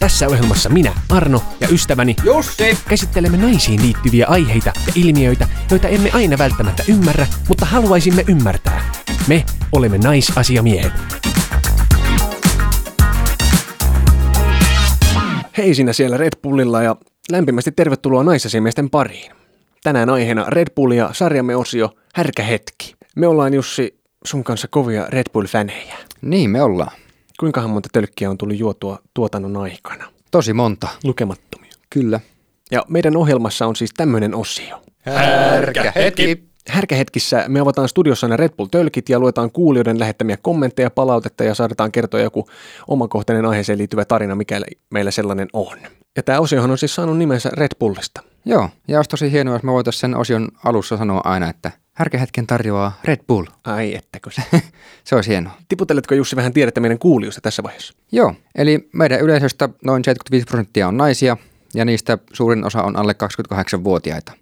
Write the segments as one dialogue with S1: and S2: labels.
S1: Tässä ohjelmassa minä, Arno ja ystäväni
S2: Jussi!
S1: käsittelemme naisiin liittyviä aiheita ja ilmiöitä, joita emme aina välttämättä ymmärrä, mutta haluaisimme ymmärtää. Me olemme naisasiamiehet. Hei sinä siellä Red Bullilla ja lämpimästi tervetuloa naisasiamiesten pariin. Tänään aiheena Red Bull ja sarjamme osio Härkähetki. Me ollaan Jussi sun kanssa kovia Red Bull-fänejä.
S2: Niin me ollaan.
S1: Kuinkahan monta tölkkiä on tullut juotua tuotannon aikana?
S2: Tosi monta.
S1: Lukemattomia.
S2: Kyllä.
S1: Ja meidän ohjelmassa on siis tämmöinen osio.
S2: Härkä hetki.
S1: Härkähetkissä me avataan studiossa ne Red Bull-tölkit ja luetaan kuulijoiden lähettämiä kommentteja, palautetta ja saadaan kertoa joku omakohtainen aiheeseen liittyvä tarina, mikä meillä sellainen on. Ja tämä osiohan on siis saanut nimensä Red Bullista.
S2: Joo, ja olisi tosi hienoa, jos me voitaisiin sen osion alussa sanoa aina, että härkä hetken tarjoaa Red Bull.
S1: Ai ettekö se.
S2: Se olisi hienoa.
S1: Tiputeletko Jussi vähän tiedettä meidän kuulijoista tässä vaiheessa?
S2: Joo, eli meidän yleisöstä noin 75 prosenttia on naisia, ja niistä suurin osa on alle 28-vuotiaita.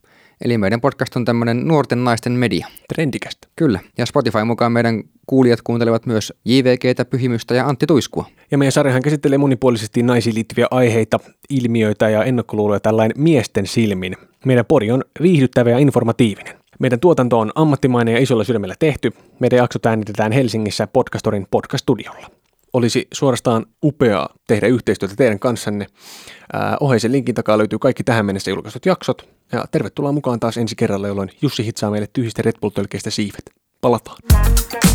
S2: Eli meidän podcast on tämmöinen nuorten naisten media.
S1: Trendikästä.
S2: Kyllä, ja Spotify mukaan meidän kuulijat kuuntelevat myös JVGtä, Pyhimystä ja Antti Tuiskua.
S1: Ja meidän sarjahan käsittelee monipuolisesti naisiin liittyviä aiheita, ilmiöitä ja ennakkoluuloja tällain miesten silmin. Meidän pori on viihdyttävä ja informatiivinen. Meidän tuotanto on ammattimainen ja isolla sydämellä tehty. Meidän jaksot äänitetään Helsingissä Podcastorin podcast-studiolla. Olisi suorastaan upeaa tehdä yhteistyötä teidän kanssanne. Ää, oheisen linkin takaa löytyy kaikki tähän mennessä julkaistut jaksot. Ja tervetuloa mukaan taas ensi kerralla, jolloin Jussi hitsaa meille tyhjistä Red Bull-tölkeistä siivet. Palataan.